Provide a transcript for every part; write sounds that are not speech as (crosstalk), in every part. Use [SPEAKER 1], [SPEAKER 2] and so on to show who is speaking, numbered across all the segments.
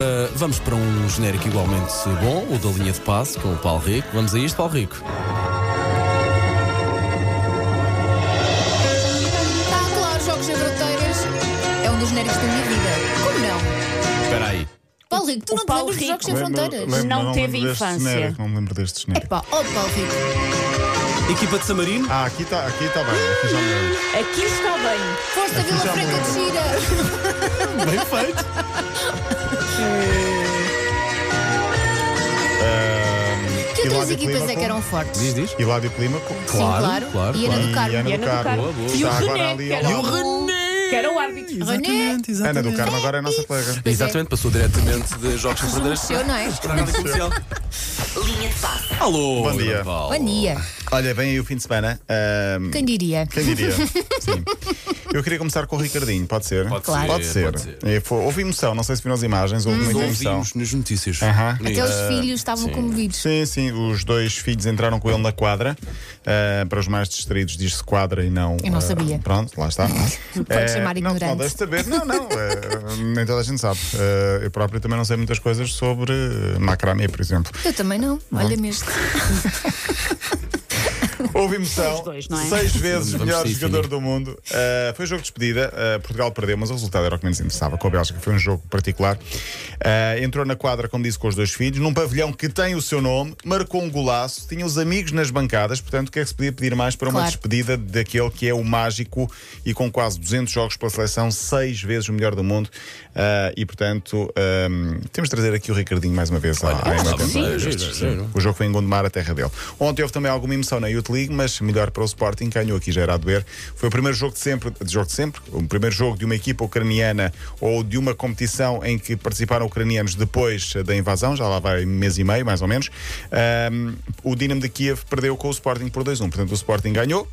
[SPEAKER 1] Uh, vamos para um genérico igualmente bom, o da linha de passe, com o Paulo Rico. Vamos a isto, Paulo Rico.
[SPEAKER 2] Ah, Tá claro, jogos sem fronteiras é um dos genéricos da minha vida. Como não?
[SPEAKER 1] Espera aí.
[SPEAKER 2] Paulo Rico, tu não te
[SPEAKER 3] Paulo
[SPEAKER 2] lembras dos
[SPEAKER 3] Rico.
[SPEAKER 2] jogos sem
[SPEAKER 4] Lembro-
[SPEAKER 2] fronteiras?
[SPEAKER 4] lembro-
[SPEAKER 3] Não
[SPEAKER 4] me
[SPEAKER 3] teve
[SPEAKER 4] lembro deste
[SPEAKER 3] infância.
[SPEAKER 4] genérico, não me lembro deste genérico.
[SPEAKER 2] Epá, oh Paulo Rico,
[SPEAKER 1] Equipa de Samarino.
[SPEAKER 4] Ah, aqui está aqui tá bem. Aqui já me lembro.
[SPEAKER 3] Aqui está bem.
[SPEAKER 2] força Vila
[SPEAKER 4] já me
[SPEAKER 2] Franca de Gira.
[SPEAKER 4] lembro.
[SPEAKER 1] Ah, Bem
[SPEAKER 4] (laughs)
[SPEAKER 1] feito.
[SPEAKER 4] Ahm,
[SPEAKER 2] Que outras
[SPEAKER 4] Hilário
[SPEAKER 2] equipas é
[SPEAKER 4] Clímaco,
[SPEAKER 2] que eram fortes?
[SPEAKER 1] Diz, diz.
[SPEAKER 4] Hilário Clímaco.
[SPEAKER 1] Claro,
[SPEAKER 2] Sim, claro.
[SPEAKER 1] claro,
[SPEAKER 2] e Ana
[SPEAKER 1] claro.
[SPEAKER 2] do Carmo.
[SPEAKER 4] E Ana do Carmo.
[SPEAKER 1] Boa, boa.
[SPEAKER 3] E o
[SPEAKER 4] Está agora
[SPEAKER 3] René,
[SPEAKER 4] ali
[SPEAKER 3] que
[SPEAKER 4] ao
[SPEAKER 3] era
[SPEAKER 4] lado.
[SPEAKER 1] René!
[SPEAKER 3] Que era o árbitro.
[SPEAKER 1] Exatamente, exatamente.
[SPEAKER 4] Ana do Carmo agora é a nossa colega.
[SPEAKER 2] Pois é.
[SPEAKER 1] Exatamente, passou diretamente de Jogos sem Fronteiras
[SPEAKER 2] Seu, não é?
[SPEAKER 1] para a Rádio Comercial.
[SPEAKER 5] Linha de passe.
[SPEAKER 1] Alô,
[SPEAKER 4] Bom dia.
[SPEAKER 1] Durval.
[SPEAKER 2] Mania.
[SPEAKER 4] Olha, vem aí o fim de semana. Ehm, Ahm,
[SPEAKER 2] Quem diria? (laughs)
[SPEAKER 4] Quem diria? Sim. Eu queria começar com o Ricardinho, pode ser?
[SPEAKER 1] Pode
[SPEAKER 2] Claro.
[SPEAKER 1] ser,
[SPEAKER 4] Pode ser.
[SPEAKER 1] pode ser.
[SPEAKER 4] É, foi- houve emoção, não sei se viram as imagens,
[SPEAKER 2] Hum.
[SPEAKER 4] houve muita emoção.
[SPEAKER 1] Ouvimos nas notícias.
[SPEAKER 4] então.
[SPEAKER 1] Ah,
[SPEAKER 4] Aham.
[SPEAKER 2] Até os
[SPEAKER 1] Bonito.
[SPEAKER 2] filhos estavam comovidos.
[SPEAKER 4] Sim, sim, os dois filhos entraram com ele na quadra. Ah, para os mais distraídos, diz-se quadra e não.
[SPEAKER 2] Eu não
[SPEAKER 4] ah,
[SPEAKER 2] sabia.
[SPEAKER 4] pronto,
[SPEAKER 2] (laughs)
[SPEAKER 4] lá está. Pode
[SPEAKER 2] chamar
[SPEAKER 4] Não,
[SPEAKER 2] ignorante.
[SPEAKER 4] não deves saber. Não, não. ah, nem toda a gente sabe. Ah, eu próprio também não sei muitas coisas sobre ah, macramê, por exemplo.
[SPEAKER 2] Eu também não, olha mesmo.
[SPEAKER 4] Houve emoção.
[SPEAKER 3] Os dois, não é?
[SPEAKER 4] Seis vezes
[SPEAKER 1] Vamos
[SPEAKER 4] melhor
[SPEAKER 1] sim,
[SPEAKER 4] jogador
[SPEAKER 1] sim.
[SPEAKER 4] do mundo. Uh, foi jogo de despedida. Uh, Portugal perdeu, mas o resultado era o que menos interessava. Com a Bélgica foi um jogo particular. Uh, entrou na quadra, como disse, com os dois filhos, num pavilhão que tem o seu nome, marcou um golaço, tinha os amigos nas bancadas. Portanto, o que é que se podia pedir mais para uma
[SPEAKER 2] Claro.
[SPEAKER 4] despedida daquele que é o mágico e com quase 200 jogos pela seleção, seis vezes o melhor do mundo? Uh, e, portanto, um, temos de trazer aqui o Ricardinho mais uma vez à, à
[SPEAKER 1] Ah,
[SPEAKER 4] MTV.
[SPEAKER 1] sim. Giro, giro.
[SPEAKER 4] O jogo foi em Gondomar, a terra dele. Ontem houve também alguma emoção na Youth League, mas melhor para o Sporting, ganhou aqui já era a doer. Foi o primeiro jogo de sempre, de jogo de sempre, o primeiro jogo de uma equipa ucraniana ou de uma competição em que participaram ucranianos depois da invasão, já lá vai mês e meio, mais ou menos. Ahm, o Dinamo de Kiev perdeu com o Sporting por 2-1, portanto o Sporting ganhou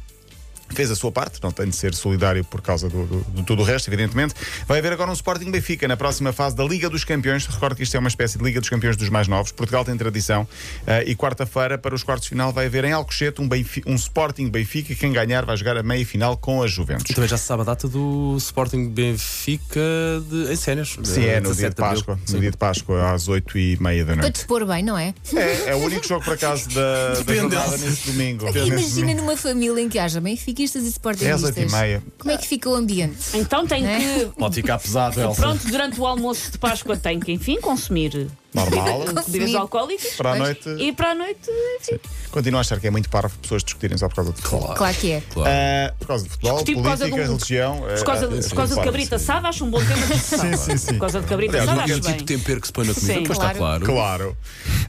[SPEAKER 4] fez a sua parte, não tem de ser solidário por causa do, do- de tudo o resto, evidentemente. Vai haver agora um Sporting Benfica na próxima fase da Liga dos Campeões. Recordo que isto é uma espécie de Liga dos Campeões dos mais novos. Portugal tem tradição eh, e quarta-feira para os quartos de final vai haver em Alcochete um, Benfi- um Sporting Benfica. Quem ganhar vai jogar a meia-final com a Juventus.
[SPEAKER 1] Também já se sabe a data do Sporting Benfica de, em Sénios.
[SPEAKER 4] Sim, é no
[SPEAKER 1] 17
[SPEAKER 4] dia de
[SPEAKER 1] abril.
[SPEAKER 4] Páscoa,
[SPEAKER 1] Sim.
[SPEAKER 4] no dia de Páscoa às 8 e meia da
[SPEAKER 2] Para
[SPEAKER 4] noite.
[SPEAKER 2] te pôr bem, não é?
[SPEAKER 4] É, é o único jogo por acaso da, da
[SPEAKER 1] Depende.
[SPEAKER 4] jornada nesse domingo.
[SPEAKER 2] (laughs) Imagina numa família em que haja benfiquistas e
[SPEAKER 4] É às oito e
[SPEAKER 2] sportinguistas.
[SPEAKER 4] meia.
[SPEAKER 2] Como é que fica o ambiente?
[SPEAKER 3] Então tem
[SPEAKER 2] Né?
[SPEAKER 3] que.
[SPEAKER 1] Pode ficar pesado, Elsa.
[SPEAKER 3] Pronto, durante o almoço de Páscoa tem que, enfim, consumir
[SPEAKER 4] Normal.
[SPEAKER 3] bebidas
[SPEAKER 2] Consumir.
[SPEAKER 3] alcoólicas.
[SPEAKER 4] Para a noite.
[SPEAKER 3] E para a noite, enfim.
[SPEAKER 4] Continuo a achar que é muito parvo pessoas discutirem só por causa de futebol.
[SPEAKER 2] Claro que é.
[SPEAKER 4] Ah, por causa de futebol,
[SPEAKER 3] Discutir por causa
[SPEAKER 4] política,
[SPEAKER 3] de um-
[SPEAKER 4] religião.
[SPEAKER 3] Por causa,
[SPEAKER 4] ah,
[SPEAKER 3] por causa de
[SPEAKER 4] claro,
[SPEAKER 3] cabrita
[SPEAKER 4] sim.
[SPEAKER 3] assada, acho um bom tema de discussão.
[SPEAKER 4] Sim, sim, um sim.
[SPEAKER 3] Por causa de cabrita
[SPEAKER 1] Aliás,
[SPEAKER 3] assada,
[SPEAKER 1] não é
[SPEAKER 3] acho
[SPEAKER 1] o tipo de
[SPEAKER 3] bem.
[SPEAKER 1] tempero que se põe na comida,
[SPEAKER 3] Sim.
[SPEAKER 1] pois está claro.
[SPEAKER 2] Claro.
[SPEAKER 4] Claro.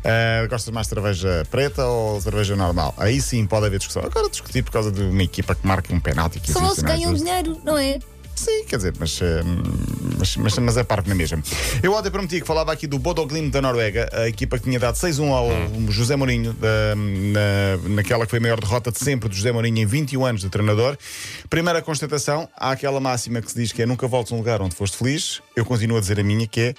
[SPEAKER 4] Ah, gostas mais de cerveja preta ou cerveja normal? Aí sim pode haver discussão. Agora discutir por causa de uma equipa que marca um penalti que
[SPEAKER 2] Só não
[SPEAKER 4] existe,
[SPEAKER 2] se
[SPEAKER 4] não é
[SPEAKER 2] ganham
[SPEAKER 4] justo.
[SPEAKER 2] dinheiro, não é?
[SPEAKER 4] Sim, quer dizer, mas, eh, mas, mas, mas é parvo na mesma. Eu ontem prometi que falava aqui do Bodoglim da Noruega, a equipa que tinha dado 6-1 ao José Mourinho, da- na, naquela que foi a maior derrota de sempre do José Mourinho em 21 anos de treinador. Primeira constatação, há aquela máxima que se diz que é nunca voltes a um lugar onde foste feliz. Eu continuo a dizer a minha, que é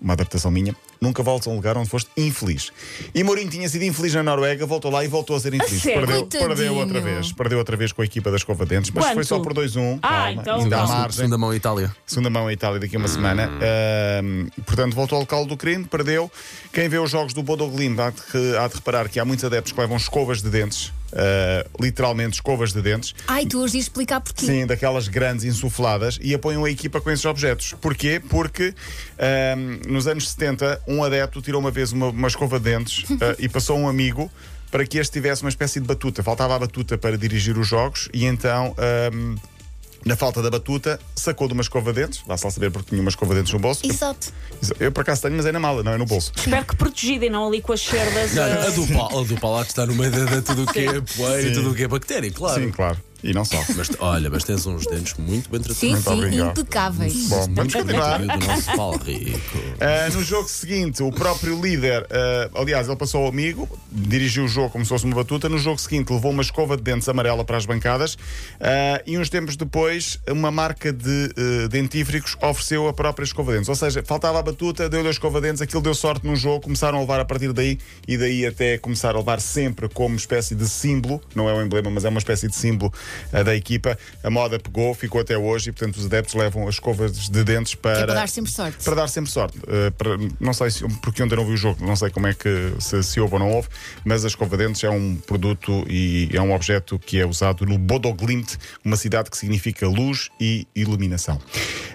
[SPEAKER 4] uma adaptação minha. Nunca voltes a um lugar onde foste infeliz. E Mourinho tinha sido infeliz na Noruega, voltou lá e voltou a ser infeliz.
[SPEAKER 3] sério?
[SPEAKER 4] Perdeu, perdeu
[SPEAKER 2] Coitadinho.
[SPEAKER 4] outra vez. Perdeu outra vez com a equipa da Escova Dentes, mas foi
[SPEAKER 3] Quanto?
[SPEAKER 4] só por 2-1.
[SPEAKER 3] Ah,
[SPEAKER 4] Calma,
[SPEAKER 3] então
[SPEAKER 4] ainda há
[SPEAKER 3] calma.
[SPEAKER 4] margem.
[SPEAKER 1] Segunda mão, Itália.
[SPEAKER 4] Segunda mão em Itália daqui a uma semana. Ahm, portanto, voltou ao local do crime, perdeu. Quem vê os jogos do Bodoglim há de, re- há de reparar que há muitos adeptos que levam escovas de dentes. ah, literalmente escovas de dentes.
[SPEAKER 2] Ai, tu hoje ias explicar porquê.
[SPEAKER 4] Sim, daquelas grandes insufladas e apoiam a equipa com esses objetos. Porquê? Porque ahm, nos anos 70 um adepto tirou uma vez uma, uma escova de dentes ah, e passou a um amigo para que este tivesse uma espécie de batuta. Faltava a batuta para dirigir os jogos e então. ahm, na falta da batuta, sacou de uma escova de dentes. Vá-se lá saber porque tinha uma escova de dentes no bolso.
[SPEAKER 2] Exato.
[SPEAKER 4] Eu, eu, por acaso tenho, mas é na mala, não é no bolso.
[SPEAKER 3] Espero que protegida e não ali com as cerdas.
[SPEAKER 1] Não,
[SPEAKER 3] eh,
[SPEAKER 1] a do, pal, a do palato está no meio da, da tudo o que é poeira e tudo o que é bactéria, claro.
[SPEAKER 4] Sim, claro.
[SPEAKER 1] (laughs)
[SPEAKER 4] E não só.
[SPEAKER 1] Mas olha, mas tens uns dentes muito bem tratados.
[SPEAKER 2] Sim,
[SPEAKER 4] Muito
[SPEAKER 2] sim,
[SPEAKER 4] obrigado.
[SPEAKER 2] impecáveis.
[SPEAKER 4] Bom, vamos
[SPEAKER 1] Muito
[SPEAKER 4] continuar.
[SPEAKER 1] bem do nosso Paulo Rico.
[SPEAKER 4] Uh, no jogo seguinte, o próprio líder, uh, aliás, ele passou ao amigo, dirigiu o jogo como se fosse uma batuta. No jogo seguinte, levou uma escova de dentes amarela para as bancadas uh, e uns tempos depois, uma marca de uh, dentífricos ofereceu a própria escova de dentes. Ou seja, faltava a batuta, deu-lhe a escova de dentes, aquilo deu sorte num jogo, começaram a levar a partir daí e daí até começar a levar sempre como espécie de símbolo, não é um emblema, mas é uma espécie de símbolo eh, da equipa. A moda pegou, ficou até hoje e, portanto, os adeptos levam as escovas de dentes para.
[SPEAKER 2] é para dar sempre sorte.
[SPEAKER 4] Para dar sempre sorte. Eh, para- não sei se, porque ontem não vi o jogo, não sei como é que se, se houve ou não houve, mas a escova de dentes é um produto e é um objeto que é usado no Bodoglimt, uma cidade que significa luz e iluminação.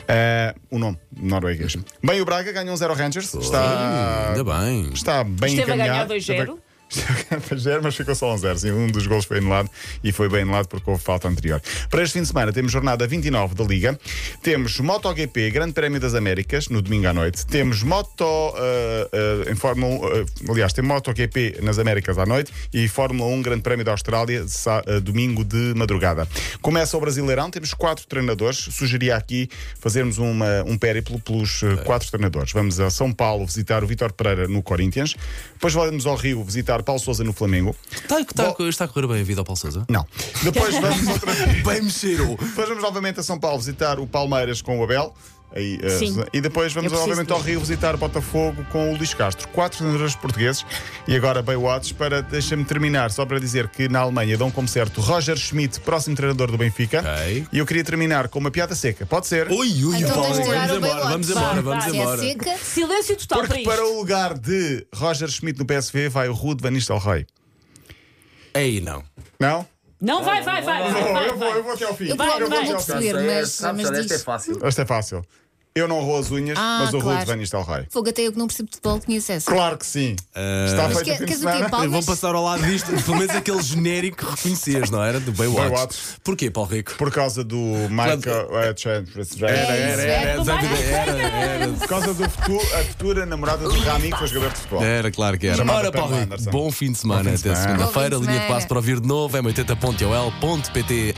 [SPEAKER 4] Eh, o nome norueguês. Bem, o Braga ganhou um 0 Rangers. Está,
[SPEAKER 1] Ainda bem.
[SPEAKER 4] está bem
[SPEAKER 3] Esteve a ganhar
[SPEAKER 4] encaminhado.
[SPEAKER 3] 2-0.
[SPEAKER 4] (laughs) Esteve- zero, mas ficou só um zero. Sim, um dos gols foi anulado e foi bem anulado porque houve falta anterior. Para este fim de semana temos jornada 29 da Liga, temos MotoGP, Grande Prémio das Américas, no domingo à noite, temos Moto ah, ah, em Fórmula 1, ah, aliás, tem MotoGP nas Américas à noite e Fórmula 1 Grande Prémio da Austrália, sa- ah, domingo de madrugada. Começa o Brasileirão, temos quatro treinadores. Sugeria aqui fazermos uma- um périplo pelos eh, quatro treinadores. Vamos a São Paulo visitar o Vitor Pereira no Corinthians, depois vamos ao Rio visitar Paulo Souza no Flamengo.
[SPEAKER 1] Está, está- está a correr bem a vida ao Paulo Sousa?
[SPEAKER 4] Não. Depois vamos, outra vez-
[SPEAKER 1] Bem mexeram.
[SPEAKER 4] depois vamos novamente a São Paulo visitar o Palmeiras com o Abel. Aí, eh,
[SPEAKER 3] Sim.
[SPEAKER 4] e depois vamos
[SPEAKER 3] Eu preciso
[SPEAKER 4] novamente
[SPEAKER 3] de-
[SPEAKER 4] ao Rio visitar o Botafogo com o Luís Castro. Quatro treinadores portugueses e agora Baywatch para deixa-me terminar só para dizer que na Alemanha dão como certo Roger Schmidt, próximo treinador do Benfica.
[SPEAKER 1] Ok.
[SPEAKER 4] E eu queria terminar com uma piada seca. Pode ser?
[SPEAKER 1] Ui, ui,
[SPEAKER 2] Então
[SPEAKER 1] Paulo,
[SPEAKER 2] tens de tirar
[SPEAKER 1] vamos
[SPEAKER 2] o
[SPEAKER 1] embora,
[SPEAKER 2] bigode.
[SPEAKER 1] vamos embora,
[SPEAKER 3] Vai,
[SPEAKER 1] vamos
[SPEAKER 3] vai.
[SPEAKER 2] Se é
[SPEAKER 1] embora.
[SPEAKER 2] seca,
[SPEAKER 3] Silêncio total para
[SPEAKER 4] Porque
[SPEAKER 3] isto.
[SPEAKER 4] para o lugar de Roger Schmidt no PSV vai o Rude Van Nistelrooy.
[SPEAKER 1] Ei, não.
[SPEAKER 4] Não?
[SPEAKER 3] Não, vai, vai, vai. vai, vai,
[SPEAKER 4] eu, vou, eu vou até ao fim.
[SPEAKER 2] eu provavelmente
[SPEAKER 3] vai.
[SPEAKER 2] não vou
[SPEAKER 6] Tá
[SPEAKER 2] perceber, mas, mas
[SPEAKER 6] Esta é
[SPEAKER 2] diz.
[SPEAKER 6] fácil.
[SPEAKER 4] Esta é fácil. Eu não roo as unhas,
[SPEAKER 2] Ah,
[SPEAKER 4] mas o
[SPEAKER 2] claro.
[SPEAKER 4] Rude Van Nistelrooy.
[SPEAKER 2] Fogo, até eu que não percebo de futebol tinha acesso.
[SPEAKER 4] Claro que sim. Está
[SPEAKER 2] Mas
[SPEAKER 4] feito
[SPEAKER 2] que-
[SPEAKER 4] o fim de
[SPEAKER 2] queres o quê,
[SPEAKER 4] semana.
[SPEAKER 2] Paulo?
[SPEAKER 1] Vão passar ao lado disto, pelo menos aquele genérico que reconhecias, não era? Do Baywatch.
[SPEAKER 4] Baywatch.
[SPEAKER 1] Porquê, Paulo Rico?
[SPEAKER 4] Por causa do Michael eh, Chambers.
[SPEAKER 2] isso,
[SPEAKER 4] Era, era.
[SPEAKER 2] é.
[SPEAKER 1] exatamente, era, era.
[SPEAKER 4] Por causa do futuro, a futura namorada do Rami, que foi jogador de futebol.
[SPEAKER 1] Era, claro que era.
[SPEAKER 4] Chamava
[SPEAKER 1] Ora, Paulo
[SPEAKER 4] Pamela
[SPEAKER 1] Rico,
[SPEAKER 4] Anderson.
[SPEAKER 1] bom fim de semana.
[SPEAKER 4] Bom fim de
[SPEAKER 1] Até
[SPEAKER 4] semana.
[SPEAKER 1] segunda-feira.
[SPEAKER 2] Bom fim de
[SPEAKER 1] Linha de é
[SPEAKER 2] semana.
[SPEAKER 1] passo para ouvir de novo. m80.ol.pt